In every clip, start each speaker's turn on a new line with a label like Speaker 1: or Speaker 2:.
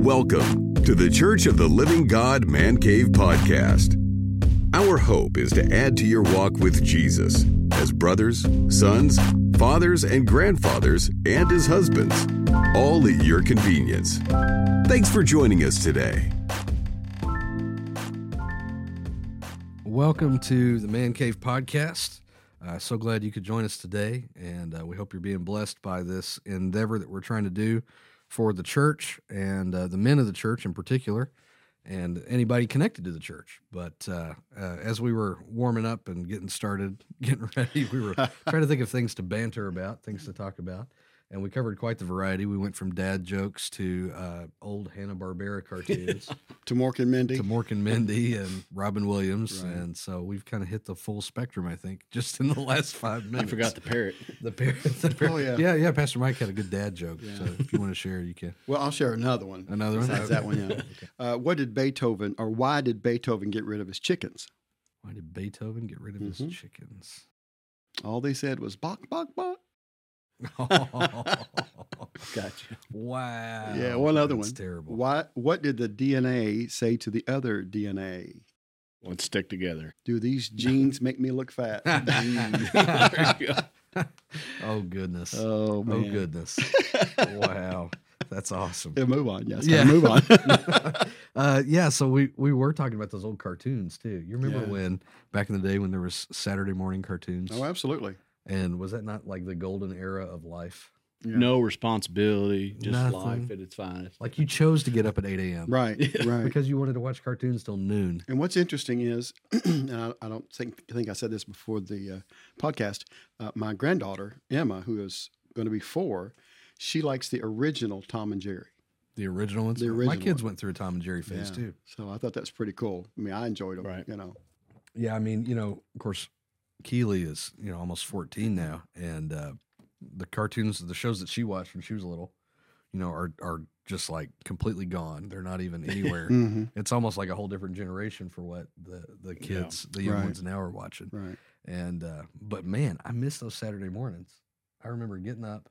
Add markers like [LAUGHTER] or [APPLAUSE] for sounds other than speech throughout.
Speaker 1: Welcome to the Church of the Living God Man Cave Podcast. Our hope is to add to your walk with Jesus as brothers, sons, fathers, and grandfathers, and as husbands, all at your convenience. Thanks for joining us today.
Speaker 2: Welcome to the Man Cave Podcast. Uh, so glad you could join us today, and uh, we hope you're being blessed by this endeavor that we're trying to do for the church and uh, the men of the church in particular, and anybody connected to the church. But uh, uh, as we were warming up and getting started, [LAUGHS] getting ready, we were trying to think of things to banter about, things to talk about. And we covered quite the variety. We went from dad jokes to uh, old Hanna Barbera cartoons
Speaker 3: to Mork and Mindy. [LAUGHS]
Speaker 2: to Mork and Mindy and Robin Williams,
Speaker 3: Right.
Speaker 2: and so we've kind of hit the full spectrum, I think, just in the
Speaker 3: [LAUGHS]
Speaker 2: last five minutes.
Speaker 3: I forgot the parrot.
Speaker 2: the parent. [LAUGHS] The parent.
Speaker 3: Oh, yeah.
Speaker 2: yeah, yeah. Pastor Mike had a good dad joke,
Speaker 3: Yeah.
Speaker 2: so if you want to share, you can.
Speaker 3: Well, I'll share another one.
Speaker 2: [LAUGHS] Another one?
Speaker 3: Besides that one, yeah. Uh, what did Beethoven, or why did Beethoven get rid of his chickens?
Speaker 2: Why did Beethoven get rid of
Speaker 3: Mhm.
Speaker 2: his
Speaker 3: [LAUGHS]
Speaker 2: chickens? [LAUGHS]
Speaker 3: All they said was bok, bok, bok. Gotcha.
Speaker 2: wow.
Speaker 3: Yeah, one other
Speaker 2: That's
Speaker 3: one.
Speaker 2: Terrible.
Speaker 3: [LAUGHS] Why, what did the DNA say to the other DNA?
Speaker 4: Let's stick together. [LAUGHS]
Speaker 3: Do these genes make me look fat?
Speaker 4: There you go.
Speaker 2: [LAUGHS] oh goodness.
Speaker 3: oh,
Speaker 2: oh
Speaker 3: man. [LAUGHS]
Speaker 2: goodness. wow. That's awesome.
Speaker 3: Yeah, move on. Yes.
Speaker 2: Yeah.
Speaker 3: Yeah. Move on.
Speaker 2: [LAUGHS] uh, yeah, so we we were talking about those old cartoons too. You remember
Speaker 3: Yeah.
Speaker 2: when back in the day when there was Saturday morning cartoons,
Speaker 3: oh, absolutely.
Speaker 2: and was that not like the golden era of life?
Speaker 3: Yeah.
Speaker 4: No responsibility, just
Speaker 2: Nothing.
Speaker 4: life at its finest.
Speaker 2: Like you chose to get up at eight a.m.
Speaker 3: Right. Right.
Speaker 2: because you wanted to watch cartoons till noon.
Speaker 3: And what's interesting is, [CLEARS THROAT] and I, I don't think I think I said this before the uh, podcast. Uh, my granddaughter Emma, who is going to be four, she likes the original Tom and Jerry.
Speaker 2: The original ones.
Speaker 3: The
Speaker 2: My
Speaker 3: original
Speaker 2: kids
Speaker 3: one.
Speaker 2: went through a Tom and Jerry phase
Speaker 3: Yeah.
Speaker 2: too.
Speaker 3: So I thought that's pretty cool. I mean, I enjoyed them.
Speaker 4: Right.
Speaker 3: You know,
Speaker 2: Yeah, I mean, you know, of course, Keely is you know almost fourteen now, and uh, the cartoons, the shows that she watched when she was little, you know, are are just like completely gone. They're not
Speaker 3: [LAUGHS]
Speaker 2: even anywhere.
Speaker 3: mm-hmm.
Speaker 2: it's almost like a whole different generation for what the the
Speaker 4: Yeah.
Speaker 2: kids, the young
Speaker 3: Right.
Speaker 2: ones now are watching.
Speaker 3: right?
Speaker 2: And uh, but man, I miss those Saturday mornings. I remember getting up,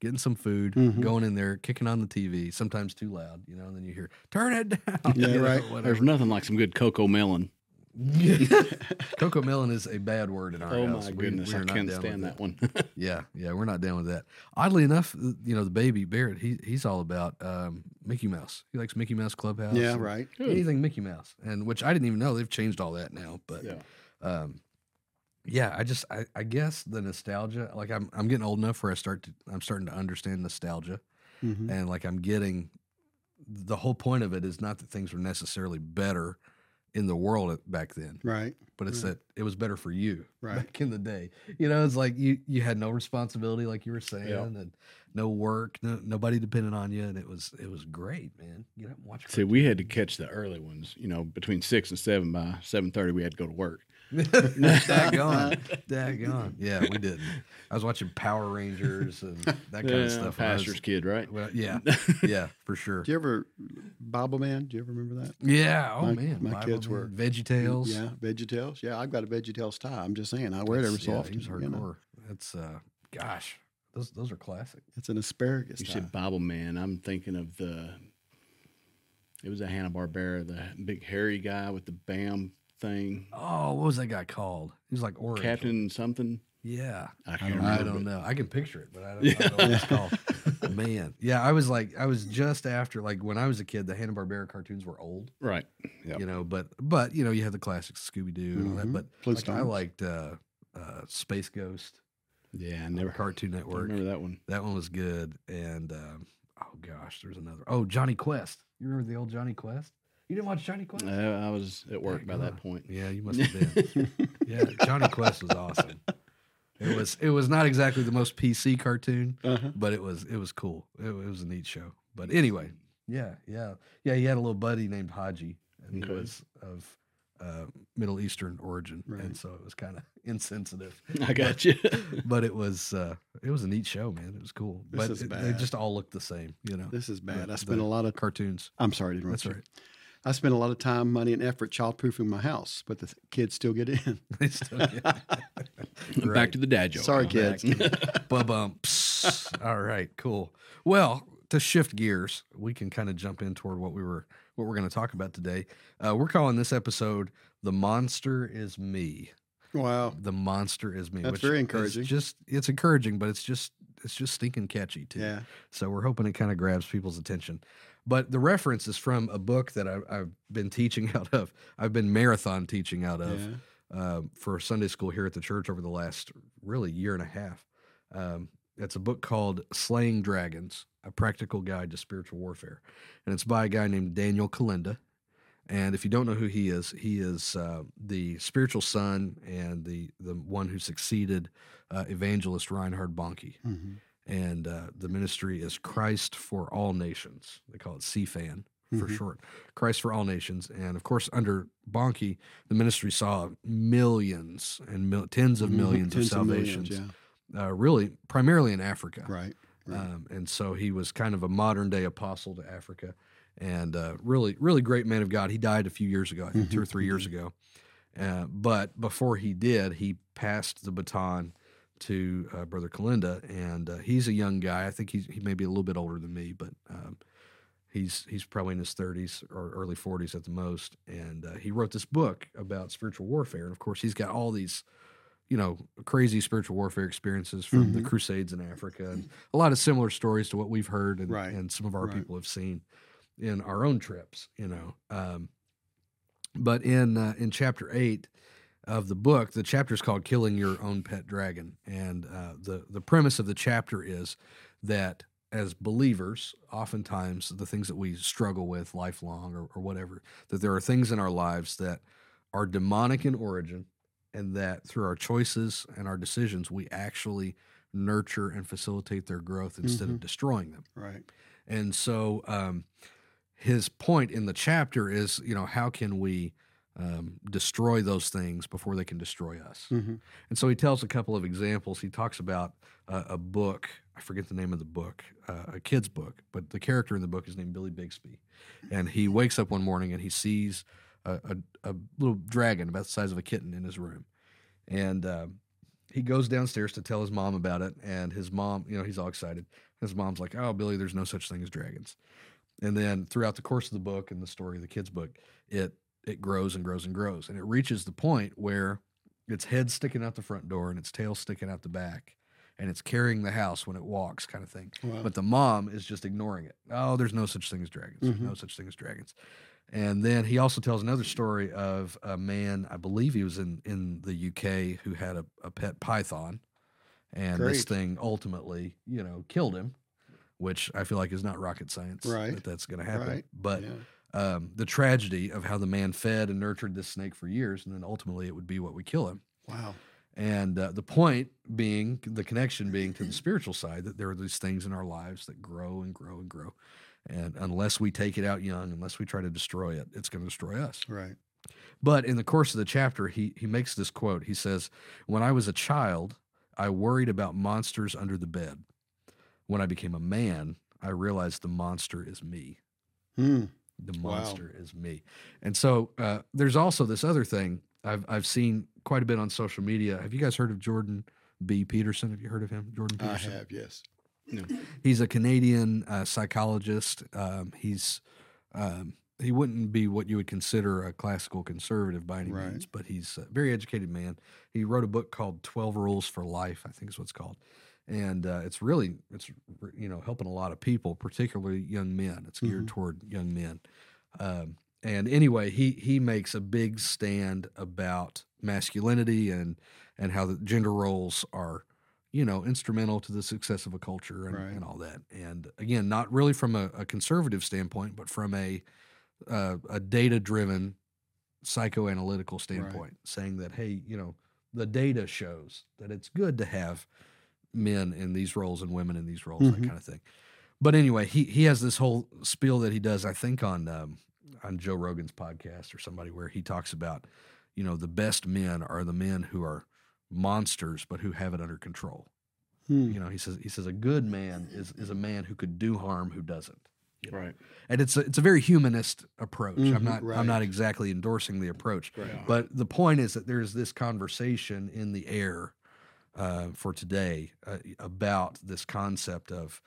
Speaker 2: getting some food,
Speaker 3: Mhm.
Speaker 2: going in there, kicking on the TV, sometimes too loud, you know, and then you hear turn it down. [LAUGHS]
Speaker 3: Yeah,
Speaker 2: you know,
Speaker 3: right.
Speaker 4: There's
Speaker 2: whatever.
Speaker 4: nothing like some good cocoa melon.
Speaker 2: [LAUGHS]
Speaker 3: [LAUGHS]
Speaker 2: Cocoa melon is a bad word in our
Speaker 4: oh
Speaker 2: house.
Speaker 4: my
Speaker 2: We-
Speaker 4: goodness,
Speaker 2: we are
Speaker 4: I
Speaker 2: not
Speaker 4: can't
Speaker 2: down with
Speaker 4: stand
Speaker 2: it.
Speaker 4: that one.
Speaker 2: Yeah, yeah, we're not down with that. Oddly enough, th- you know, the baby Barrett, he he's all about um, Mickey Mouse. He likes Mickey Mouse Clubhouse.
Speaker 3: Yeah,
Speaker 2: and
Speaker 3: right.
Speaker 2: [LAUGHS]
Speaker 4: Hmm.
Speaker 2: Anything Mickey Mouse, and which I didn't even know they've changed all that now. But
Speaker 4: yeah.
Speaker 2: um yeah i just I, I guess the nostalgia like i'm i'm getting old enough where i start to i'm starting to understand nostalgia
Speaker 4: Hmm.
Speaker 3: Mhm.
Speaker 2: and like i'm getting the whole point of it is not that things were necessarily better in the world at- back then
Speaker 3: Right.
Speaker 2: but it's
Speaker 4: Hmm.
Speaker 3: Right.
Speaker 2: that it was better for you
Speaker 3: Right.
Speaker 2: back in the day you know it's like you you had no responsibility like you were saying
Speaker 4: Yeah.
Speaker 2: and no work no, nobody depended on you and it was it was great man get up and watch
Speaker 4: [LAUGHS] See, we had to catch the early ones. You know, between six and seven. By seven thirty, we had to go to work.
Speaker 3: [LAUGHS]
Speaker 2: Daggone. Daggone. Yeah, we didn't. I was watching Power Rangers and that kind
Speaker 4: Yeah,
Speaker 2: of stuff. when I was-
Speaker 4: Pastor's kid, right?
Speaker 2: well,
Speaker 3: [LAUGHS]
Speaker 2: yeah, yeah, for sure.
Speaker 3: Do you ever Bible Man? Do you ever remember that?
Speaker 2: Yeah. Oh
Speaker 3: My-
Speaker 2: man,
Speaker 3: my
Speaker 2: Bible
Speaker 3: kids
Speaker 2: Man,
Speaker 3: were-
Speaker 2: VeggieTales.
Speaker 3: Yeah, VeggieTales. Yeah, I've got a VeggieTales tie. I'm just saying, I wear it every
Speaker 2: That's-
Speaker 3: so
Speaker 2: yeah,
Speaker 3: often.
Speaker 2: He's
Speaker 3: you know.
Speaker 2: hardcore. That's uh, gosh, those those are classic.
Speaker 3: It's an asparagus.
Speaker 4: You
Speaker 3: tie.
Speaker 4: said Bible Man. I'm thinking of the. It was a Hanna Barbera, the big hairy guy with the bam thing,
Speaker 2: Oh, what was that guy called? He was like orange.
Speaker 4: Captain something.
Speaker 2: Yeah.
Speaker 4: I
Speaker 2: I
Speaker 4: can't
Speaker 2: don't,
Speaker 4: remember.
Speaker 2: I
Speaker 4: but-
Speaker 2: don't know. I can picture it, but I don't, I don't know what it's called.
Speaker 3: [LAUGHS]
Speaker 2: Man, yeah, I was like, I was just after, like, when I was a kid, the Hanna Barbera cartoons were old.
Speaker 4: Right. Yep. Mm-hmm.
Speaker 2: you know but but you know you have the classics scooby-doo and all that
Speaker 3: Mhm.
Speaker 2: but
Speaker 3: Blue
Speaker 2: like, i
Speaker 3: Stones.
Speaker 2: liked uh uh space ghost
Speaker 4: Yeah, I
Speaker 2: on
Speaker 4: never heard.
Speaker 2: cartoon network
Speaker 4: Remember that one?
Speaker 2: that one was good and um oh gosh there's another oh johnny quest you remember the old johnny quest you didn't watch johnny quest
Speaker 4: Uh, I was at work by that
Speaker 2: Daggone.
Speaker 4: point. [LAUGHS]
Speaker 2: yeah you must have been [LAUGHS] yeah johnny quest was awesome it was it was not exactly the most pc cartoon
Speaker 3: Uh-huh.
Speaker 2: but it was it was cool it, it was a neat show but anyway yeah yeah yeah he had a little buddy named haji and he
Speaker 4: Okay.
Speaker 2: was of uh, middle eastern origin
Speaker 3: Right.
Speaker 2: and so it was kind of [LAUGHS] insensitive
Speaker 4: I got you.
Speaker 2: but it was uh, it was a neat show man it was cool
Speaker 3: This
Speaker 2: but
Speaker 3: is
Speaker 2: it- they
Speaker 3: bad.
Speaker 2: just all looked the same you know
Speaker 3: [LAUGHS] This is bad. I
Speaker 2: the-
Speaker 3: spent a lot of.
Speaker 2: cartoons
Speaker 3: I'm sorry to interrupt
Speaker 2: that's
Speaker 3: you.
Speaker 2: right [LAUGHS]
Speaker 3: I spent a lot of time, money, and effort childproofing my house, but the kids still get
Speaker 2: [LAUGHS]
Speaker 3: in.
Speaker 2: They still-
Speaker 3: [LAUGHS]
Speaker 2: yeah. Right.
Speaker 4: Back to the dad joke.
Speaker 2: [LAUGHS]
Speaker 3: Sorry,
Speaker 4: Huh?
Speaker 3: kids.
Speaker 2: Ba-bumps. all right cool well to shift gears, we can kind of jump in toward what we were what we're going to talk about today. Uh, we're calling this episode "The Monster Is Me."
Speaker 3: [LAUGHS] Wow.
Speaker 2: The monster is me.
Speaker 3: That's
Speaker 2: which
Speaker 3: very
Speaker 2: is
Speaker 3: encouraging.
Speaker 2: Just it's encouraging, but it's just it's just stinking catchy too.
Speaker 3: Yeah.
Speaker 2: So we're hoping it kind of grabs people's attention. But the reference is from a book that I, I've been teaching [LAUGHS] out of. I've been marathon teaching out of
Speaker 3: Yeah.
Speaker 2: um, for Sunday school here at the church over the last really year and a half. Um, it's a book called Slaying Dragons A Practical Guide to Spiritual Warfare. And it's by a guy named Daniel Kalenda. And if you don't know who he is, he is uh, the spiritual son and the, the one who succeeded uh, evangelist Reinhard Bonnke.
Speaker 3: Mhm.
Speaker 2: And uh, the ministry is Christ for All Nations. They call it CFAN for
Speaker 3: Mhm.
Speaker 2: short, Christ for All Nations. And of course, under Bonke, the ministry saw millions and mil- tens of
Speaker 3: Mhm.
Speaker 2: millions
Speaker 3: Tens
Speaker 2: of salvations,
Speaker 3: millions,
Speaker 2: uh, really primarily in Africa.
Speaker 3: yeah. Right. right.
Speaker 2: Um, and so he was kind of a modern day apostle to Africa and uh, really, really great man of God. He died a few years ago, I think two or
Speaker 3: Mhm,
Speaker 2: three
Speaker 3: he
Speaker 2: years ago. Uh, but before he did, he passed the baton to uh, Brother Kalinda, and uh, he's a young guy. I think he's, he may be a little bit older than me, but um, he's he's probably in his 30s or early 40s at the most. And uh, he wrote this book about spiritual warfare, and of course, he's got all these you know, crazy spiritual warfare experiences from the
Speaker 3: Mhm.
Speaker 2: Crusades in Africa, and a lot of similar stories to what we've heard and,
Speaker 3: Right,
Speaker 2: and some of our
Speaker 3: right.
Speaker 2: people have seen in our own trips, you know. Um, but in uh, in chapter eight of the book, the chapter is called "Killing Your Own Pet Dragon," and uh, the the premise of the chapter is that as believers, oftentimes the things that we struggle with lifelong or, or whatever, that there are things in our lives that are demonic in origin, and that through our choices and our decisions, we actually nurture and facilitate their growth instead of destroying them.
Speaker 3: right.
Speaker 2: And so um, his point in the chapter is, you know, how can we um, destroy those things before they can destroy us?
Speaker 3: Mhm.
Speaker 2: And so he tells a couple of examples. He talks about uh, a book. I forget the name of the book, uh, a kid's book, but the character in the book is named Billy Bixby. And he wakes up one morning and he sees a, a, a little dragon about the size of a kitten in his room. And um, he goes downstairs to tell his mom about it. And his mom, you know, he's all excited. His mom's like, Oh, Billy, there's no such thing as dragons. And then throughout the course of the book and the story of the kid's book, it it grows and grows and grows. And it reaches the point where its head sticking out the front door and its tail sticking out the back and it's carrying the house when it walks kind of thing
Speaker 3: Wow.
Speaker 2: but the mom is just ignoring it oh there's no such thing as dragons There's
Speaker 3: Mhm.
Speaker 2: no such thing as dragons and then he also tells another story of a man i believe he was in in the uk who had a, a pet python and this
Speaker 3: Great.
Speaker 2: thing ultimately you know killed him which i feel like is not rocket science
Speaker 3: Right.
Speaker 2: that that's going to happen
Speaker 3: Right.
Speaker 2: but
Speaker 3: yeah.
Speaker 2: um, the tragedy of how the man fed and nurtured this snake for years and then ultimately it would be what would kill him
Speaker 3: Wow.
Speaker 2: and uh, the point being, the connection being to the spiritual side, that there are these things in our lives that grow and grow and grow. And unless we take it out young, unless we try to destroy it, it's going to destroy us.
Speaker 3: Right.
Speaker 2: But in the course of the chapter, he, he makes this quote. He says, When I was a child, I worried about monsters under the bed. When I became a man, I realized the monster is me
Speaker 3: Hmm.
Speaker 2: the
Speaker 3: Wow.
Speaker 2: monster is me. And so uh, there's also this other thing I've I've seen quite a bit on social media. Have you guys heard of Jordan B. Peterson? Have you heard of him, Jordan
Speaker 3: I
Speaker 2: Peterson?
Speaker 3: have. Yes.
Speaker 4: No.
Speaker 2: He's a Canadian uh, psychologist. Um, he's um, he wouldn't be what you would consider a classical conservative by any
Speaker 3: Right.
Speaker 2: means, but he's a very educated man. He wrote a book called Twelve Rules for Life, I think is what it's called, and uh, it's really it's you know helping a lot of people, particularly young men. It's geared
Speaker 3: Mhm.
Speaker 2: toward young men. Um, and anyway, he he makes a big stand about masculinity and and how the gender roles are you know instrumental to the success of a culture and,
Speaker 3: Right.
Speaker 2: and all that. And again, not really from a, a conservative standpoint, but from a uh, a data driven psychoanalytical standpoint, saying that hey, you know, the data shows that it's good to have men in these roles and women in these roles, that
Speaker 3: Mhm.
Speaker 2: kind of thing. But anyway, he he has this whole spiel that he does, I think on um, on Joe Rogan's podcast or somebody where he talks about, you know, the best men are the men who are monsters but who have it under control.
Speaker 3: Hmm.
Speaker 2: You know, he says he says a good man is is a man who could do harm who doesn't
Speaker 4: Right.
Speaker 2: and it's a, it's a very humanist approach.
Speaker 3: Mhm,
Speaker 2: I'm not I'm
Speaker 3: right.
Speaker 2: not exactly endorsing the approach,
Speaker 4: Right.
Speaker 2: but the point is that there's this conversation in the air uh, for today uh, about this concept of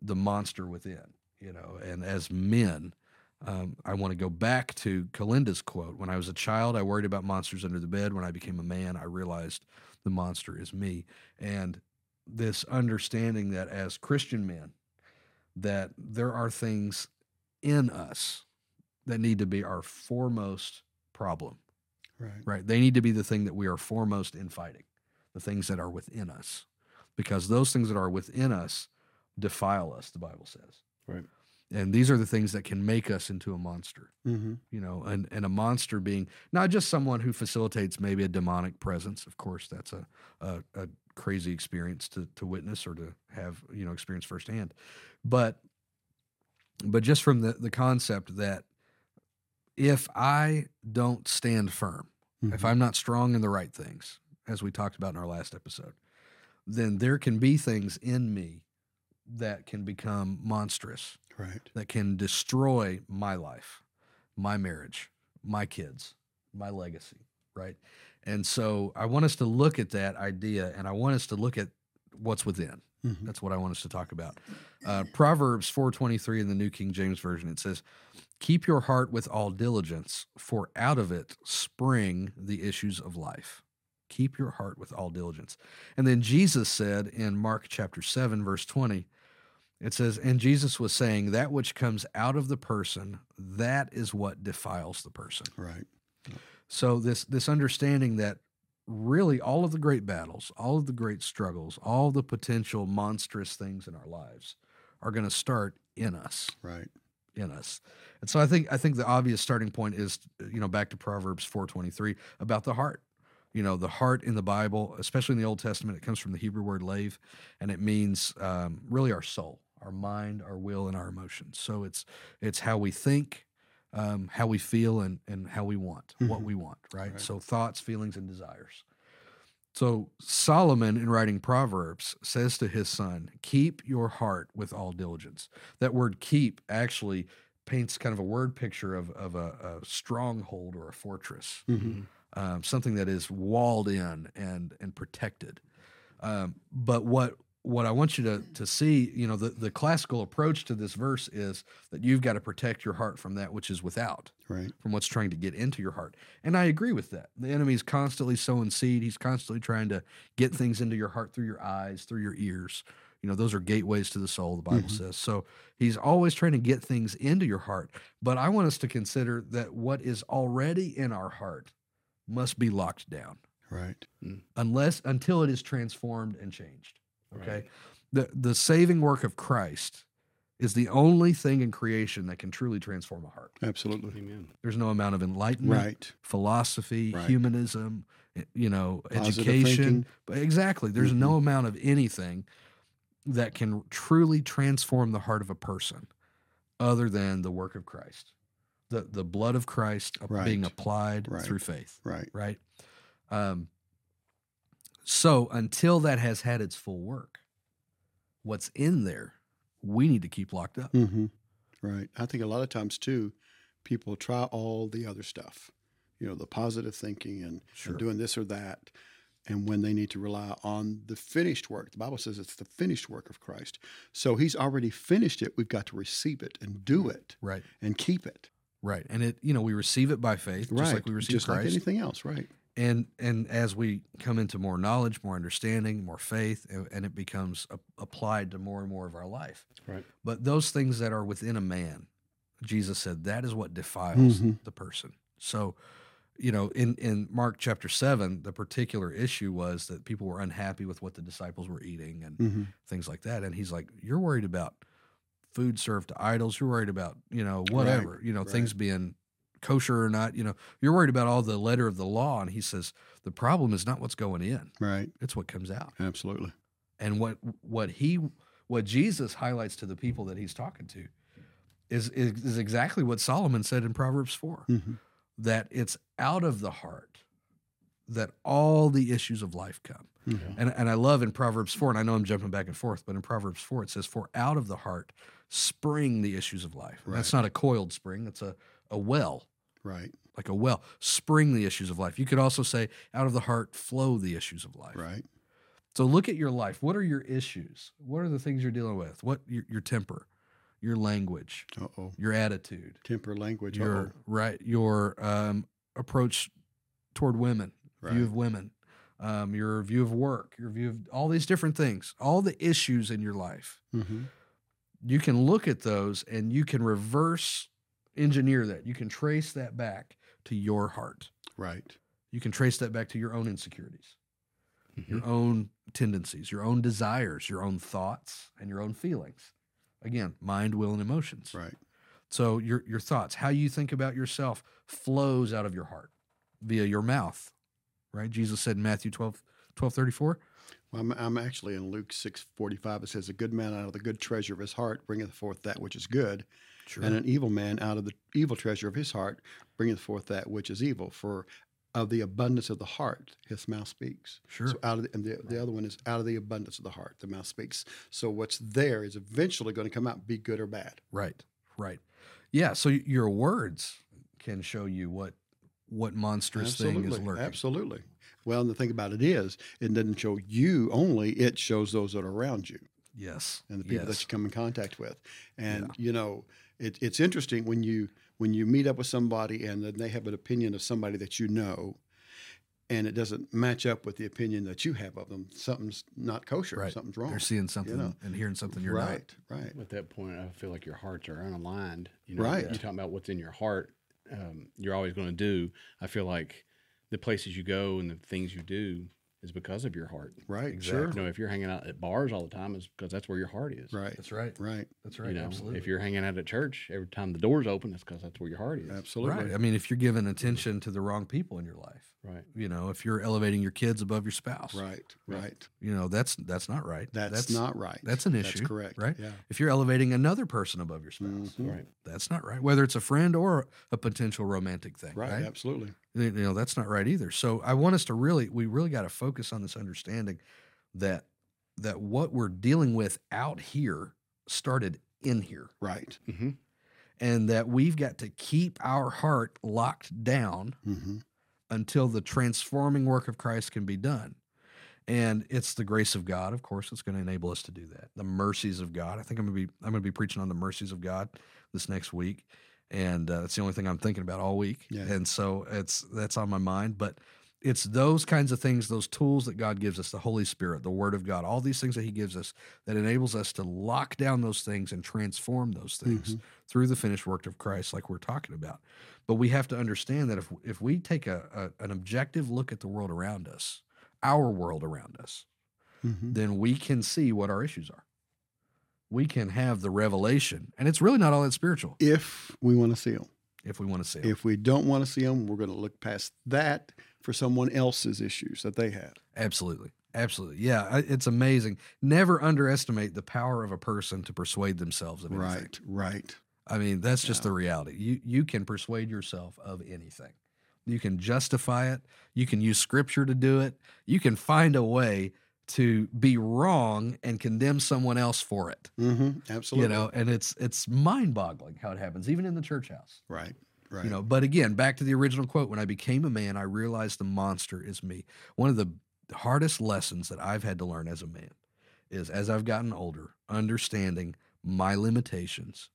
Speaker 2: the monster within, you know, and as men. Um, I want to go back to Kalinda's quote. When I was a child, I worried about monsters under the bed. When I became a man, I realized the monster is me. And this understanding that as Christian men, that there are things in us that need to be our foremost problem,
Speaker 3: Right.
Speaker 2: right? They need to be the thing that we are foremost in fighting, the things that are within us, because those things that are within us defile us, the Bible says.
Speaker 4: Right.
Speaker 2: And these are the things that can make us into a monster
Speaker 3: Mm-hmm.
Speaker 2: you know, and, and a monster being not just someone who facilitates maybe a demonic presence. Of course, that's a, a, a crazy experience to, to witness or to have, you know, experience firsthand. But, but just from the, the concept that if I don't stand firm,
Speaker 3: Mm-hmm.
Speaker 2: if I'm not strong in the right things, as we talked about in our last episode, then there can be things in me that can become monstrous
Speaker 3: right.
Speaker 2: that can destroy my life, my marriage, my kids, my legacy, right? And so I want us to look at that idea and I want us to look at what's within.
Speaker 3: Mm-hmm.
Speaker 2: That's what I want us to talk about. Uh, Proverbs 4:23 in the New King James Version it says, "Keep your heart with all diligence, for out of it spring the issues of life." Keep your heart with all diligence. And then Jesus said in Mark chapter 7 verse 20, it says, "And Jesus was saying, that which comes out of the person, that is what defiles the person."
Speaker 3: Right.
Speaker 2: So this this understanding that really all of the great battles, all of the great struggles, all the potential monstrous things in our lives are going to start in us,
Speaker 3: Right.
Speaker 2: in us. And so I think I think the obvious starting point is you know back to Proverbs 4:23 about the heart. You know, the heart in the Bible, especially in the Old Testament, it comes from the Hebrew word lave, and it means um, really our soul, our mind, our will, and our emotions. So it's it's how we think, um, how we feel, and and how we want what
Speaker 3: Mhm.
Speaker 2: we want, right?
Speaker 3: Right.
Speaker 2: So thoughts, feelings, and desires. So Solomon, in writing Proverbs, says to his son, "Keep your heart with all diligence." That word "keep" actually paints kind of a word picture of of a, a stronghold or a fortress
Speaker 3: Mm-hmm.
Speaker 2: um, something that is walled in and and protected. Um, but what what I want you to to see, you know, the the classical approach to this verse is that you've got to protect your heart from that which is without,
Speaker 3: Right.
Speaker 2: from what's trying to get into your heart. And I agree with that. The enemy's constantly sowing seed. He's constantly trying to get things into your heart through your eyes, through your ears. You know, those are gateways to the soul, the Bible
Speaker 3: Mhm.
Speaker 2: says. So he's always trying to get things into your heart. But I want us to consider that what is already in our heart must be locked down
Speaker 3: Right.
Speaker 2: unless until it is transformed and changed. Okay.
Speaker 4: Right.
Speaker 2: The the saving work of Christ is the only thing in creation that can truly transform a heart.
Speaker 3: Absolutely.
Speaker 4: Amen.
Speaker 2: There's no amount of enlightenment
Speaker 3: Right.
Speaker 2: philosophy,
Speaker 3: Right.
Speaker 2: humanism, eh, you know,
Speaker 3: Positive
Speaker 2: education.
Speaker 3: thinking. Mm-hmm.
Speaker 2: But Exactly. There's no amount of anything that can truly transform the heart of a person other than the work of Christ. The the blood of Christ ap- being
Speaker 3: Right.
Speaker 2: applied
Speaker 3: Right.
Speaker 2: through faith,
Speaker 3: Right.
Speaker 2: right? Um so until that has had its full work, what's in there, we need to keep locked up.
Speaker 3: Mm-hmm. Right. I think a lot of times too, people try all the other stuff, you know, the positive thinking and,
Speaker 2: Sure.
Speaker 3: and doing this or that. And when they need to rely on the finished work, the Bible says it's the finished work of Christ. So he's already finished it. We've got to receive it and do it
Speaker 2: Right.
Speaker 3: and keep it.
Speaker 2: Right. And it, you know, we receive it by faith, just like we receive
Speaker 3: Just like
Speaker 2: Christ.
Speaker 3: anything else. Right.
Speaker 2: and and as we come into more knowledge more understanding more faith and, and it becomes a, applied to more and more of our life
Speaker 4: Right.
Speaker 2: but those things that are within a man jesus said that is what defiles
Speaker 3: Mhm.
Speaker 2: the person so you know in in mark chapter 7 the particular issue was that people were unhappy with what the disciples were eating and
Speaker 3: Mm-hmm.
Speaker 2: things like that and he's like you're worried about food served to idols you're worried about you know whatever you know
Speaker 3: right.
Speaker 2: things being kosher or not you know you're worried about all the letter of the law and he says the problem is not what's going in
Speaker 3: Right.
Speaker 2: it's what comes out
Speaker 3: Absolutely.
Speaker 2: and what what he what Jesus highlights to the people that he's talking to is is, is exactly what Solomon said in Proverbs 4
Speaker 3: Mm-hmm.
Speaker 2: that it's out of the heart that all the issues of life come
Speaker 3: Mhm.
Speaker 2: and, and I love in Proverbs 4, and I know I'm jumping back and forth, but in Proverbs 4, it says, For out of the heart spring the issues of life. And That's
Speaker 3: Right.
Speaker 2: not a coiled spring, that's a, a well,
Speaker 3: Right.
Speaker 2: like a well. Spring the issues of life. You could also say, Out of the heart flow the issues of life.
Speaker 3: Right.
Speaker 2: So look at your life. What are your issues? What are the things you're dealing with? What your, your temper, your language,
Speaker 3: Uh oh.
Speaker 2: your attitude,
Speaker 3: Temper language.
Speaker 2: your
Speaker 3: Uh-oh.
Speaker 2: right, your um, approach toward women,
Speaker 3: Right.
Speaker 2: view of women, um, your view of work, your view of all these different things, all the issues in your life.
Speaker 3: hmm
Speaker 2: You can look at those and you can reverse engineer that. You can trace that back to your heart.
Speaker 3: Right.
Speaker 2: You can trace that back to your own insecurities,
Speaker 4: Mhm.
Speaker 2: your own tendencies, your own desires, your own thoughts, and your own feelings. Again, mind, will, and emotions.
Speaker 3: Right.
Speaker 2: So your your thoughts, how you think about yourself flows out of your heart via your mouth. Right? Jesus said in Matthew 12, 12 34.
Speaker 3: Well, I'm, I'm actually in Luke six forty five. It says, "A good man out of the good treasure of his heart bringeth forth that which is good,
Speaker 2: Sure.
Speaker 3: and an evil man out of the evil treasure of his heart bringeth forth that which is evil. For of the abundance of the heart, his mouth speaks."
Speaker 2: sure.
Speaker 3: So out of the, and the, the other one is out of the abundance of the heart, the mouth speaks. So what's there is eventually going to come out, be good or bad.
Speaker 2: right. Right. Yeah. So y- your words can show you what what monstrous thing is lurking.
Speaker 3: Absolutely. Well, and the thing about it is, it doesn't show you only; it shows those that are around you.
Speaker 2: Yes.
Speaker 3: and the people
Speaker 2: yes.
Speaker 3: that you come in contact with. And you know, it, it's interesting when you when you meet up with somebody and then they have an opinion of somebody that you know, and it doesn't match up with the opinion that you have of them. Something's not kosher.
Speaker 2: Right.
Speaker 3: Something's wrong.
Speaker 2: They're seeing something
Speaker 3: know.
Speaker 2: and hearing something you're not.
Speaker 3: right. Right.
Speaker 4: At that point, I feel like your hearts are unaligned. You know,
Speaker 3: Right.
Speaker 4: You're talking about what's in your heart. Um, you're always going to do. I feel like the places you go and the things you do is because of your heart.
Speaker 3: Right.
Speaker 4: You know, if you're hanging out at bars all the time, it's because that's where your heart is.
Speaker 3: Sure. Right.
Speaker 2: That's right.
Speaker 3: Right.
Speaker 2: That's right.
Speaker 4: you know,
Speaker 2: absolutely.
Speaker 4: if you're hanging out at church every time the doors open, it's because that's where your heart is.
Speaker 3: Absolutely.
Speaker 2: right. I mean, if you're giving attention to the wrong people in your life,
Speaker 4: Right.
Speaker 2: you know, if you're elevating your kids above your spouse,
Speaker 3: Right. Right.
Speaker 2: you know, that's that's not right.
Speaker 3: That's, not right.
Speaker 2: that's an
Speaker 3: That's
Speaker 2: issue,
Speaker 3: correct.
Speaker 2: right?
Speaker 3: Yeah.
Speaker 2: if you're elevating another person above your spouse.
Speaker 3: Mhm.
Speaker 4: Right.
Speaker 2: That's not right. Whether it's a friend or a potential romantic thing,
Speaker 3: Right.
Speaker 2: right?
Speaker 3: Absolutely.
Speaker 2: You know, that's not right either. So I want us to really, we really got to focus on this understanding that that what we're dealing with out here started in here,
Speaker 3: Right.
Speaker 4: Mm-hmm.
Speaker 2: and that we've got to keep our heart locked down
Speaker 3: hmm
Speaker 2: until the transforming work of Christ can be done. And it's the grace of God, of course, that's going to enable us to do that. The mercies of God. I think I'm going to be I'm going to be preaching on the mercies of God this next week, and uh, it's the only thing I'm thinking about all week.
Speaker 3: Yeah.
Speaker 2: And so it's that's on my mind. But it's those kinds of things, those tools that God gives us, the Holy Spirit, the Word of God, all these things that He gives us that enables us to lock down those things and transform those things
Speaker 3: Mhm.
Speaker 2: through the finished work of Christ, like we're talking about. But we have to understand that if if we take a, a an objective look at the world around us, our world around us,
Speaker 3: hmm
Speaker 2: then we can see what our issues are. We can have the revelation, and it's really not all that spiritual
Speaker 3: If we want to see them.
Speaker 2: if we want to see it.
Speaker 3: If we don't want to see them, we're going to look past that for someone else's issues that they had.
Speaker 2: Absolutely. Absolutely. Yeah, I- it's amazing. Never underestimate the power of a person to persuade themselves of anything.
Speaker 3: Right, right.
Speaker 2: I mean, that's just
Speaker 3: Yeah.
Speaker 2: the reality. You you can persuade yourself of anything. You can justify it. You can use scripture to do it. You can find a way to be wrong and condemn someone else for it.
Speaker 3: Mm-hmm. Absolutely.
Speaker 2: You know, and it's it's mind-boggling how it happens even in the church house.
Speaker 3: right, right.
Speaker 2: You know, but again, back to the original quote, when I became a man, I realized the monster is me. One of the hardest lessons that I've had to learn as a man is as I've gotten older, understanding my limitations,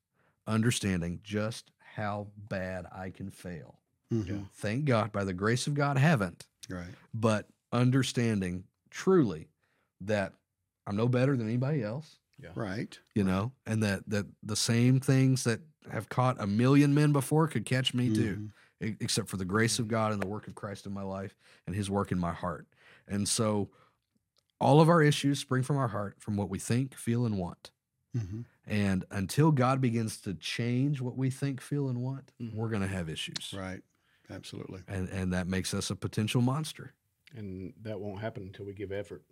Speaker 2: understanding just how bad I can fail.
Speaker 3: Mhm,
Speaker 2: Thank God, by the grace of God, haven't,
Speaker 3: Right,
Speaker 2: but understanding truly that I'm no better than anybody else
Speaker 3: right.
Speaker 2: you know, and that that the same things that have caught a million men before could catch me too, e- except for the grace of God and the work of Christ in my life and His work in my heart. And so, all of our issues spring from our heart, from what we think, feel, and want.
Speaker 3: Mm-hmm.
Speaker 2: And until God begins to change what we think, feel, and want,
Speaker 4: Mhm.
Speaker 2: we're going to have issues,
Speaker 3: Right, absolutely.
Speaker 2: and and that makes us a potential monster.
Speaker 4: And that won't happen until we give effort.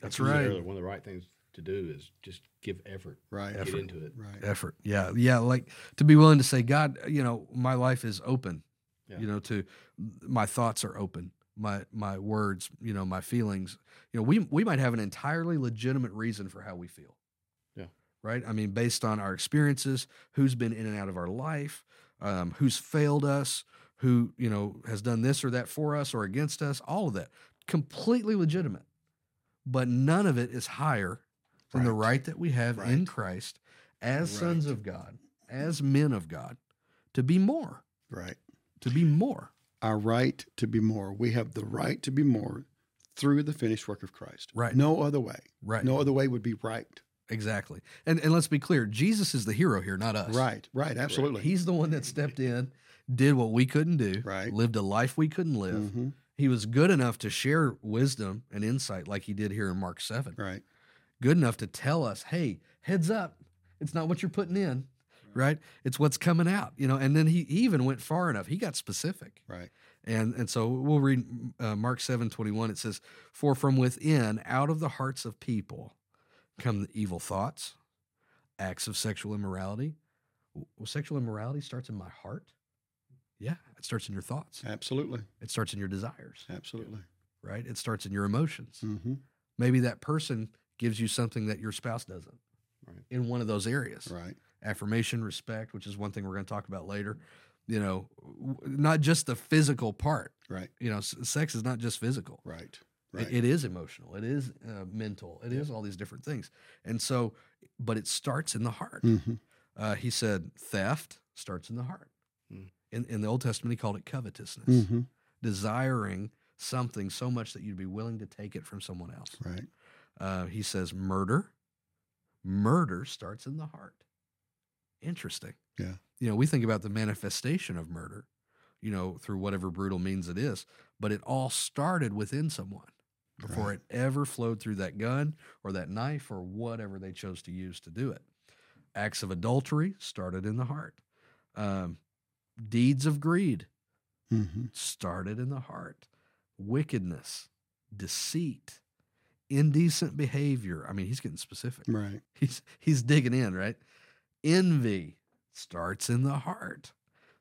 Speaker 2: That's
Speaker 4: Like you said
Speaker 2: right.
Speaker 4: earlier, One of the right things to do is just give effort.
Speaker 3: Right,
Speaker 2: Effort.
Speaker 4: Get into it. [LAUGHS]
Speaker 3: right.
Speaker 2: effort. Yeah, yeah. Like to be willing to say, God, you know, my life is open.
Speaker 4: Yeah.
Speaker 2: You know, to my thoughts are open. My my words, you know, my feelings. You know, we we might have an entirely legitimate reason for how we feel.
Speaker 4: Yeah.
Speaker 2: Right. I mean, based on our experiences, who's been in and out of our life, um, who's failed us, who you know has done this or that for us or against us, all of that completely legitimate. but none of it is higher than the
Speaker 3: Right.
Speaker 2: right that we have in Christ as
Speaker 3: Right.
Speaker 2: sons of God, as men of God, to be more,
Speaker 3: Right.
Speaker 2: to be more.
Speaker 3: Our right to be more. We have the right to be more through the finished work of Christ.
Speaker 2: Right.
Speaker 3: No other way.
Speaker 2: Right.
Speaker 3: No other way would be right.
Speaker 2: Exactly. And and let's be clear, Jesus is the hero here, not us.
Speaker 3: Right. Right. Absolutely.
Speaker 2: He's the one that stepped in, did what we couldn't do,
Speaker 3: Right.
Speaker 2: lived a life we couldn't live.
Speaker 3: Mhm.
Speaker 2: He was good enough to share wisdom and insight like he did here in Mark 7.
Speaker 3: Right.
Speaker 2: Good enough to tell us, hey, heads up, it's not what you're putting in, right? It's what's coming out, you know. And then he he even went far enough. He got specific.
Speaker 3: Right.
Speaker 2: And and so we'll read uh, Mark 7 21. It says, For from within, out of the hearts of people, come the evil thoughts, acts of sexual immorality. Well, sexual immorality starts in my heart. Yeah, it starts in your thoughts.
Speaker 3: Absolutely.
Speaker 2: It starts in your desires,
Speaker 3: Absolutely.
Speaker 2: right? It starts in your emotions.
Speaker 3: hmm
Speaker 2: Maybe that person gives you something that your spouse doesn't
Speaker 4: Right.
Speaker 2: in one of those areas
Speaker 3: Right.
Speaker 2: affirmation, respect, which is one thing we're going to talk about later. You know, w- not just the physical part.
Speaker 3: Right.
Speaker 2: You know, s- sex is not just physical.
Speaker 3: Right.
Speaker 2: It-
Speaker 3: Right.
Speaker 2: it is emotional. It is uh, mental. It is all these different things. And so, but it starts in the heart.
Speaker 3: hmm
Speaker 2: Uh, he said theft starts in the heart.
Speaker 4: Mm.
Speaker 2: In, in the Old Testament, he called it covetousness,
Speaker 3: hmm
Speaker 2: desiring something so much that you'd be willing to take it from someone else.
Speaker 3: Right.
Speaker 2: Uh, he says murder. Murder starts in the heart. Interesting.
Speaker 3: Yeah.
Speaker 2: You know, we think about the manifestation of murder, you know, through whatever brutal means it is, but it all started within someone before
Speaker 3: Right.
Speaker 2: it ever flowed through that gun or that knife or whatever they chose to use to do it. Acts of adultery started in the heart. Um, deeds of greed
Speaker 3: hmm
Speaker 2: started in the heart. Wickedness, deceit, indecent behavior. I mean, he's getting specific.
Speaker 3: Right.
Speaker 2: He's he's digging in, right? Envy starts in the heart.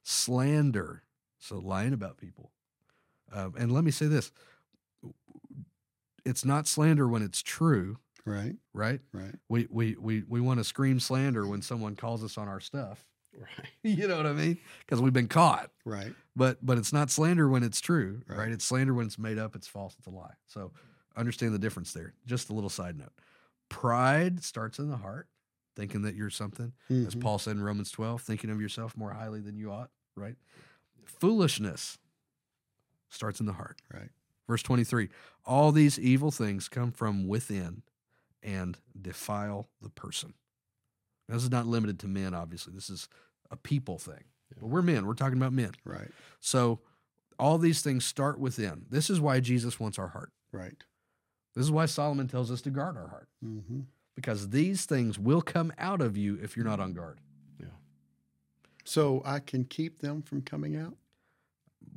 Speaker 2: Slander, so lying about people. Um, and let me say this: it's not slander when it's true,
Speaker 3: Right.
Speaker 2: right?
Speaker 3: Right.
Speaker 2: We we we we want to scream slander when someone calls us on our stuff. [LAUGHS]
Speaker 4: Right.
Speaker 2: You know what I mean? Because we've been caught
Speaker 3: Right.
Speaker 2: but but it's not slander when it's true right.
Speaker 3: Right.
Speaker 2: it's slander when it's made up it's false it's a lie so understand the difference there just a little side note pride starts in the heart thinking that you're something as
Speaker 3: Mhm.
Speaker 2: paul said in romans 12 thinking of yourself more highly than you ought right foolishness starts in the heart
Speaker 3: Right.
Speaker 2: verse 23 all these evil things come from within and defile the person now, this is not limited to men obviously this is a people thing
Speaker 4: Yeah.
Speaker 2: but we're men we're talking about men
Speaker 3: Right.
Speaker 2: so all these things start within. This is why Jesus wants our heart.
Speaker 3: Right.
Speaker 2: This is why Solomon tells us to guard our heart
Speaker 3: hmm
Speaker 2: because these things will come out of you if you're not on guard.
Speaker 3: So I can keep them from coming out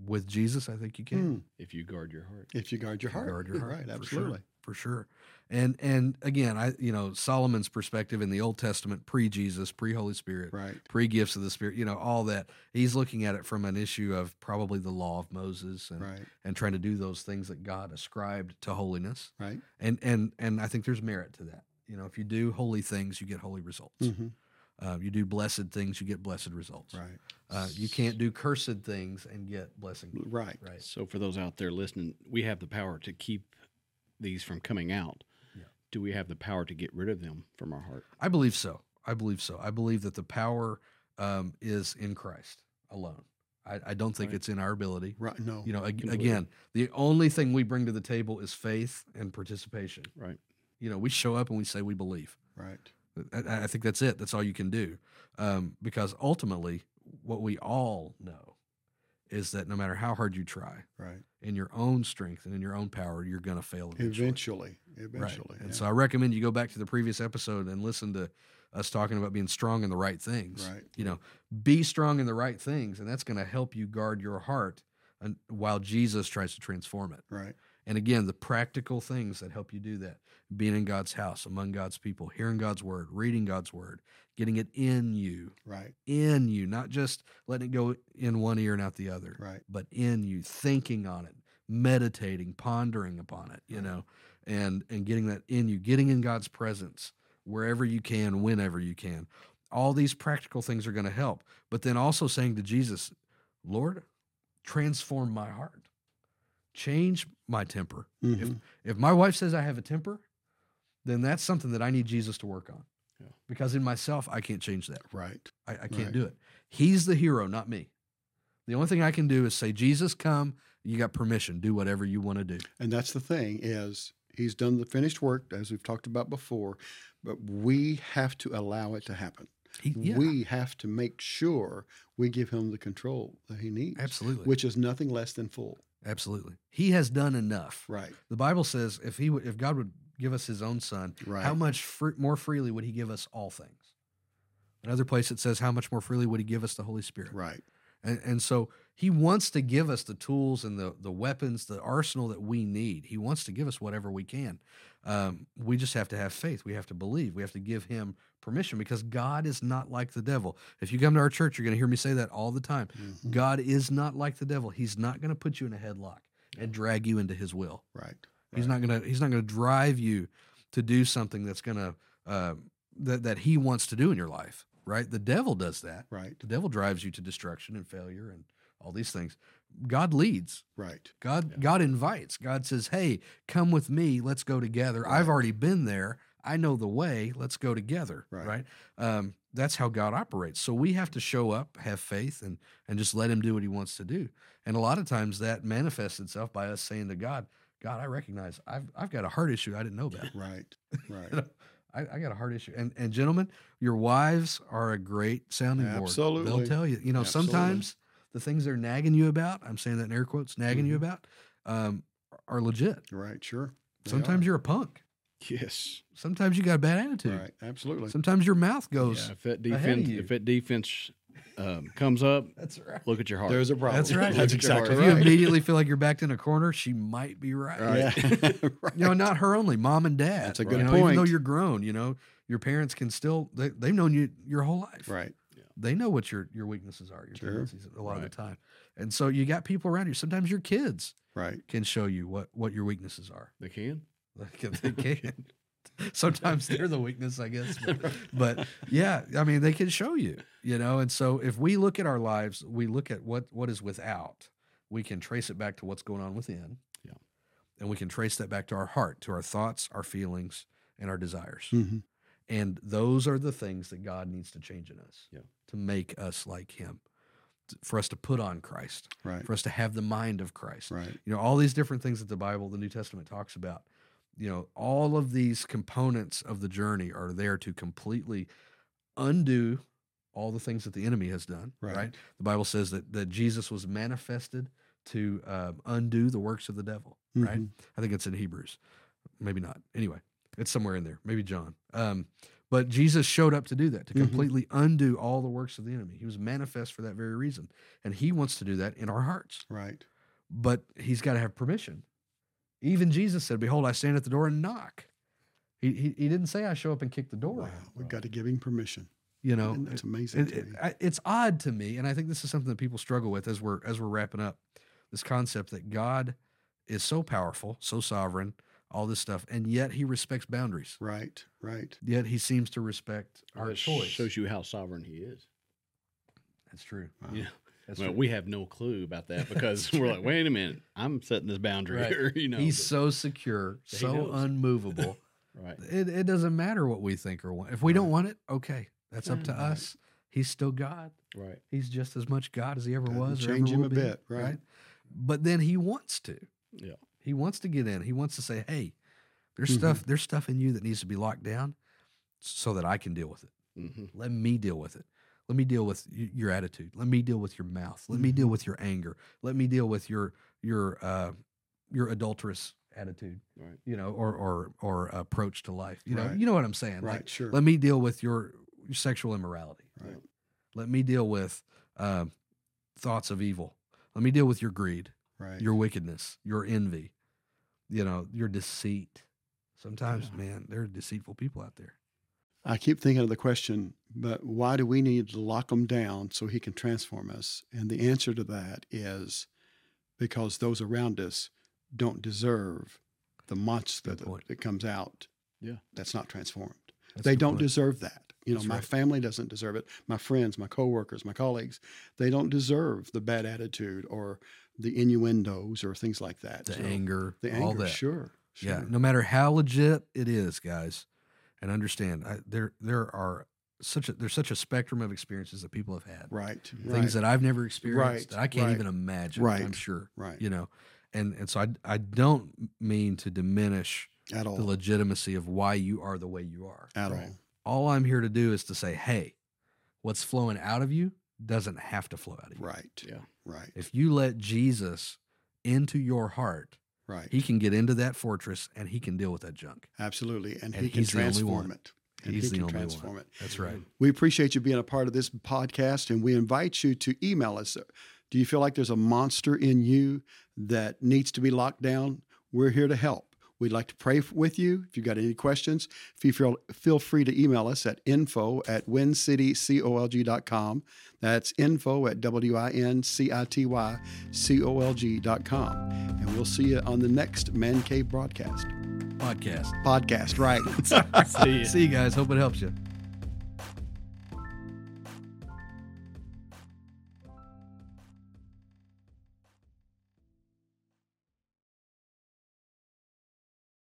Speaker 2: With Jesus, I think you can.
Speaker 3: Mm.
Speaker 4: If you guard your heart.
Speaker 3: if you guard your heart.
Speaker 2: Guard your heart.
Speaker 3: Right.
Speaker 2: for sure,
Speaker 3: Absolutely.
Speaker 2: For sure. And and again, I you know, Solomon's perspective in the Old Testament pre-Jesus, pre-Holy Spirit,
Speaker 3: Right.
Speaker 2: pre-gifts of the Spirit, you know, all that. He's looking at it from an issue of probably the law of Moses and
Speaker 3: Right.
Speaker 2: and trying to do those things that God ascribed to holiness.
Speaker 3: Right.
Speaker 2: and and and I think there's merit to that. You know, if you do holy things, you get holy results.
Speaker 3: hmm
Speaker 2: Uh, you do blessed things, you get blessed results.
Speaker 3: Right.
Speaker 2: Uh, you can't do cursed things and get blessing.
Speaker 3: Right.
Speaker 2: Right.
Speaker 4: So for those out there listening, we have the power to keep these from coming out.
Speaker 2: Yeah.
Speaker 4: Do we have the power to get rid of them from our heart?
Speaker 2: I believe so. I believe so. I believe that the power um, is in Christ alone. I, I don't think
Speaker 4: Right.
Speaker 2: it's in our ability.
Speaker 3: Right. No.
Speaker 2: You know, ag-
Speaker 4: Completely.
Speaker 2: again, the only thing we bring to the table is faith and participation.
Speaker 4: Right.
Speaker 2: You know, we show up and we say we believe.
Speaker 3: Right.
Speaker 2: I, I think that's it. That's all you can do. Um, because ultimately, what we all know is that no matter how hard you try,
Speaker 3: Right.
Speaker 2: in your own strength and in your own power, you're going to fail eventually.
Speaker 3: Eventually.
Speaker 2: Right.
Speaker 3: Eventually.
Speaker 2: And
Speaker 3: yeah.
Speaker 2: so I recommend you go back to the previous episode and listen to us talking about being strong in the right things.
Speaker 3: Right.
Speaker 2: You know, be strong in the right things, and that's going to help you guard your heart and, while Jesus tries to transform it.
Speaker 3: Right.
Speaker 2: And again, the practical things that help you do that being in God's house, among God's people, hearing God's word, reading God's word, getting it in you,
Speaker 3: Right.
Speaker 2: in you, not just letting it go in one ear and out the other,
Speaker 3: Right.
Speaker 2: but in you, thinking on it, meditating, pondering upon it, you
Speaker 3: Right.
Speaker 2: know, and and getting that in you, getting in God's presence wherever you can, whenever you can. All these practical things are going to help. But then also saying to Jesus, Lord, transform my heart. change my temper.
Speaker 3: Mhm.
Speaker 2: If my wife says I have a temper, then that's something that I need Jesus to work on.
Speaker 4: Yeah.
Speaker 2: Because in myself, I can't change that.
Speaker 3: Right.
Speaker 2: I, I can't
Speaker 3: Right.
Speaker 2: do it. He's the hero, not me. The only thing I can do is say, Jesus, come. You got permission. Do whatever you want to do.
Speaker 3: And that's the thing is he's done the finished work as we've talked about before, but we have to allow it to happen.
Speaker 2: He, yeah,
Speaker 3: We have to make sure we give him the control that he needs,
Speaker 2: absolutely.
Speaker 3: which is nothing less than full.
Speaker 2: absolutely. He has done enough.
Speaker 3: Right.
Speaker 2: The Bible says if he would, if God would give us his own son,
Speaker 3: Right.
Speaker 2: how much fr- more freely would he give us all things? Another place it says how much more freely would he give us the Holy Spirit?
Speaker 3: Right.
Speaker 2: And, and so he wants to give us the tools and the, the weapons, the arsenal that we need. He wants to give us whatever we can. Um, we just have to have faith. We have to believe. We have to give him permission because God is not like the devil. If you come to our church, you're going to hear me say that all the time.
Speaker 3: Mhm.
Speaker 2: God is not like the devil. He's not going to put you in a headlock and drag you into his will.
Speaker 3: Right.
Speaker 2: He's not gonna he's not gonna drive you to do something that's gonna uh, that that he wants to do in your life, right? The devil does that.
Speaker 3: Right.
Speaker 2: The devil drives you to destruction and failure and all these things. God leads.
Speaker 3: Right.
Speaker 2: God
Speaker 4: Yeah.
Speaker 2: God invites. God says, "Hey, come with me. Let's go together. I've already been there. I know the way. Let's go together." Right.
Speaker 3: Right.
Speaker 2: Um, that's how God operates. So we have to show up, have faith, and and just let Him do what He wants to do. And a lot of times that manifests itself by us saying to God, "God, I recognize I've I've got a heart issue I didn't know about.
Speaker 3: Right. Right.
Speaker 2: [LAUGHS] I, I got a heart issue." And and gentlemen, your wives are a great sounding board.
Speaker 3: Absolutely.
Speaker 2: They'll tell you. You know,
Speaker 3: Absolutely.
Speaker 2: sometimes the things they're nagging you about. I'm saying that in air quotes, nagging you
Speaker 3: Mhm.
Speaker 2: about. Um, are legit.
Speaker 3: right. Sure. They
Speaker 2: Sometimes
Speaker 3: are.
Speaker 2: you're a punk.
Speaker 3: [LAUGHS]
Speaker 4: Yes.
Speaker 2: Sometimes you got a bad attitude.
Speaker 3: Right. Absolutely.
Speaker 2: Sometimes your mouth goes.
Speaker 4: Yeah, if that
Speaker 2: ahead of
Speaker 4: defense
Speaker 2: you.
Speaker 4: if that defense um, comes up,
Speaker 2: That's right.
Speaker 4: look at your heart.
Speaker 3: There's a problem.
Speaker 2: That's right.
Speaker 3: That's
Speaker 4: Look at your
Speaker 3: exactly
Speaker 2: If
Speaker 4: heart.
Speaker 2: you
Speaker 3: right.
Speaker 2: immediately feel like you're backed in a corner, she might be right.
Speaker 4: Right.
Speaker 3: Yeah. [LAUGHS] right.
Speaker 2: You know, not her only, mom and dad.
Speaker 3: That's a
Speaker 2: you
Speaker 3: good
Speaker 2: know, Even
Speaker 3: point.
Speaker 2: though you're grown, you know, your parents can still they they've known you your whole life.
Speaker 3: Right.
Speaker 2: They know what your your weaknesses are, your
Speaker 3: Sure.
Speaker 2: tendencies a lot of
Speaker 4: Right.
Speaker 2: the time. And so you got people around you. Sometimes your kids
Speaker 3: Right.
Speaker 2: can show you what what your weaknesses are. [LAUGHS]
Speaker 4: They can.
Speaker 2: Like if they can. [LAUGHS] Sometimes they're the weakness, I guess.
Speaker 4: [LAUGHS]
Speaker 2: But, but yeah, I mean, they can show you, you know. And so if we look at our lives, we look at what what is without. We can trace it back to what's going on within.
Speaker 4: Yeah.
Speaker 2: And we can trace that back to our heart, to our thoughts, our feelings, and our desires.
Speaker 3: hmm
Speaker 2: And those are the things that God needs to change in us
Speaker 4: Yeah.
Speaker 2: to make us like Him, t- for us to put on Christ,
Speaker 3: Right.
Speaker 2: for us to have the mind of Christ
Speaker 3: Right.
Speaker 2: you know all these different things that the bible the new testament talks about you know all of these components of the journey are there to completely undo all the things that the enemy has done right,
Speaker 3: Right.
Speaker 2: the bible says that that jesus was manifested to um, undo the works of the devil right
Speaker 3: Mhm.
Speaker 2: i think it's in hebrews maybe not anyway it's somewhere in there maybe john um, but jesus showed up to do that to
Speaker 3: Mhm.
Speaker 2: completely undo all the works of the enemy he was manifest for that very reason and he wants to do that in our hearts
Speaker 3: Right.
Speaker 2: but he's got to have permission. Even Jesus said, Behold, I stand at the door and knock. He, he, he didn't say I show up and kick the door.
Speaker 3: Wow.
Speaker 2: in,
Speaker 3: We've got to give him permission.
Speaker 2: You know,
Speaker 3: And that's amazing.
Speaker 2: it,
Speaker 3: to
Speaker 2: it,
Speaker 3: me.
Speaker 2: I- it's odd to me, and I think this is something that people struggle with as we're as we're wrapping up this concept that God is so powerful, so sovereign, all this stuff, and yet He respects boundaries.
Speaker 3: Right. Right.
Speaker 2: Yet He seems to respect our
Speaker 4: That
Speaker 2: choice.
Speaker 4: shows you how sovereign he is.
Speaker 2: That's true.
Speaker 3: Wow.
Speaker 4: Yeah.
Speaker 2: That's
Speaker 4: well,
Speaker 2: true.
Speaker 4: we have no clue
Speaker 2: [LAUGHS]
Speaker 4: about that because we're like, wait a minute, I'm setting this boundary
Speaker 2: Right.
Speaker 4: [LAUGHS] here. You know,
Speaker 2: He's
Speaker 4: but-
Speaker 2: so secure,
Speaker 4: He
Speaker 2: so
Speaker 4: knows. [LAUGHS]
Speaker 2: unmovable.
Speaker 4: right.
Speaker 2: it, it doesn't matter what we think or want. If we don't want it, okay, that's up to
Speaker 4: Right.
Speaker 2: us. He's still God.
Speaker 4: Right.
Speaker 2: He's just as much God as he ever
Speaker 3: Doesn't
Speaker 2: was. Or ever
Speaker 3: change him
Speaker 2: will
Speaker 3: a
Speaker 2: be,
Speaker 3: bit, right.
Speaker 2: But then he wants to.
Speaker 4: Yeah.
Speaker 2: He wants to get in. He wants to say, "Hey, there's
Speaker 3: Mhm.
Speaker 2: stuff. There's stuff in you that needs to be locked down, so that I can deal with it. [LAUGHS]
Speaker 4: hmm
Speaker 2: Let me deal with it. Let me deal with y- your attitude. Let me deal with your mouth. Let me deal
Speaker 3: Mm-hmm.
Speaker 2: with your anger. Let me deal with your your uh, your adulterous attitude.
Speaker 4: Right.
Speaker 2: You know, or or or approach to life. You know,
Speaker 3: Right.
Speaker 2: you know what I'm saying.
Speaker 3: Right.
Speaker 2: Like,
Speaker 3: sure.
Speaker 2: let me deal with your sexual immorality.
Speaker 3: Right.
Speaker 2: Let me deal with um, thoughts of evil. Let me deal with your greed,
Speaker 3: Right.
Speaker 2: your wickedness, your envy, you know, your deceit. Sometimes,
Speaker 4: Yeah.
Speaker 2: man, there are deceitful people out there.
Speaker 3: I keep thinking of the question, but why do we need to lock him down so he can transform us? And the answer to that is because those around us don't deserve the monster
Speaker 2: Good
Speaker 3: that,
Speaker 2: point.
Speaker 3: that comes out.
Speaker 4: Yeah.
Speaker 3: That's not transformed.
Speaker 2: That's a
Speaker 3: they
Speaker 2: good
Speaker 3: don't
Speaker 2: point.
Speaker 3: deserve that. You know,
Speaker 2: That's
Speaker 3: my
Speaker 2: right.
Speaker 3: family doesn't deserve it. My friends, my coworkers, my colleagues, they don't deserve the bad attitude or the innuendos or things like that.
Speaker 2: the
Speaker 3: So,
Speaker 2: anger,
Speaker 3: the
Speaker 2: all
Speaker 3: anger,
Speaker 2: that.
Speaker 3: sure, sure.
Speaker 2: Yeah, no matter how legit it is, guys, and understand I, there there are such a there's such a spectrum of experiences that people have had.
Speaker 3: right,
Speaker 2: Things
Speaker 3: right,
Speaker 2: that I've never experienced
Speaker 3: Right,
Speaker 2: that I can't
Speaker 3: right,
Speaker 2: even imagine. I'm
Speaker 3: right,
Speaker 2: sure.
Speaker 3: right
Speaker 2: You know, and and so I I don't mean to diminish
Speaker 3: at all,
Speaker 2: the legitimacy of why you are the way you are.
Speaker 3: at
Speaker 4: Right.
Speaker 3: all.
Speaker 2: All I'm here to do is to say, hey, what's flowing out of you doesn't have to flow out of you.
Speaker 3: Right,
Speaker 4: Yeah.
Speaker 3: right,
Speaker 2: If you let Jesus into your heart,
Speaker 3: right.
Speaker 2: he can get into that fortress and he can deal with that junk.
Speaker 3: Absolutely, and,
Speaker 2: And
Speaker 3: he can
Speaker 2: he's the only one.
Speaker 3: transform it. And
Speaker 2: He's
Speaker 3: he
Speaker 2: the
Speaker 3: can
Speaker 2: only one.
Speaker 3: transform it.
Speaker 2: That's right.
Speaker 3: We appreciate you being a part of this podcast, and we invite you to email us. Do you feel like there's a monster in you that needs to be locked down? We're here to help. We'd like to pray f- with you. If you've got any questions, feel, feel, feel free to email us at info at wincitycolg.com. That's info at W-I-N-C-I-T-Y-C-O-L-G.com. And we'll see you on the next Man Cave broadcast.
Speaker 2: Podcast.
Speaker 3: Podcast, Mm-hmm. right.
Speaker 2: [LAUGHS]
Speaker 4: See ya. [LAUGHS]
Speaker 2: See you guys. Hope it helps you.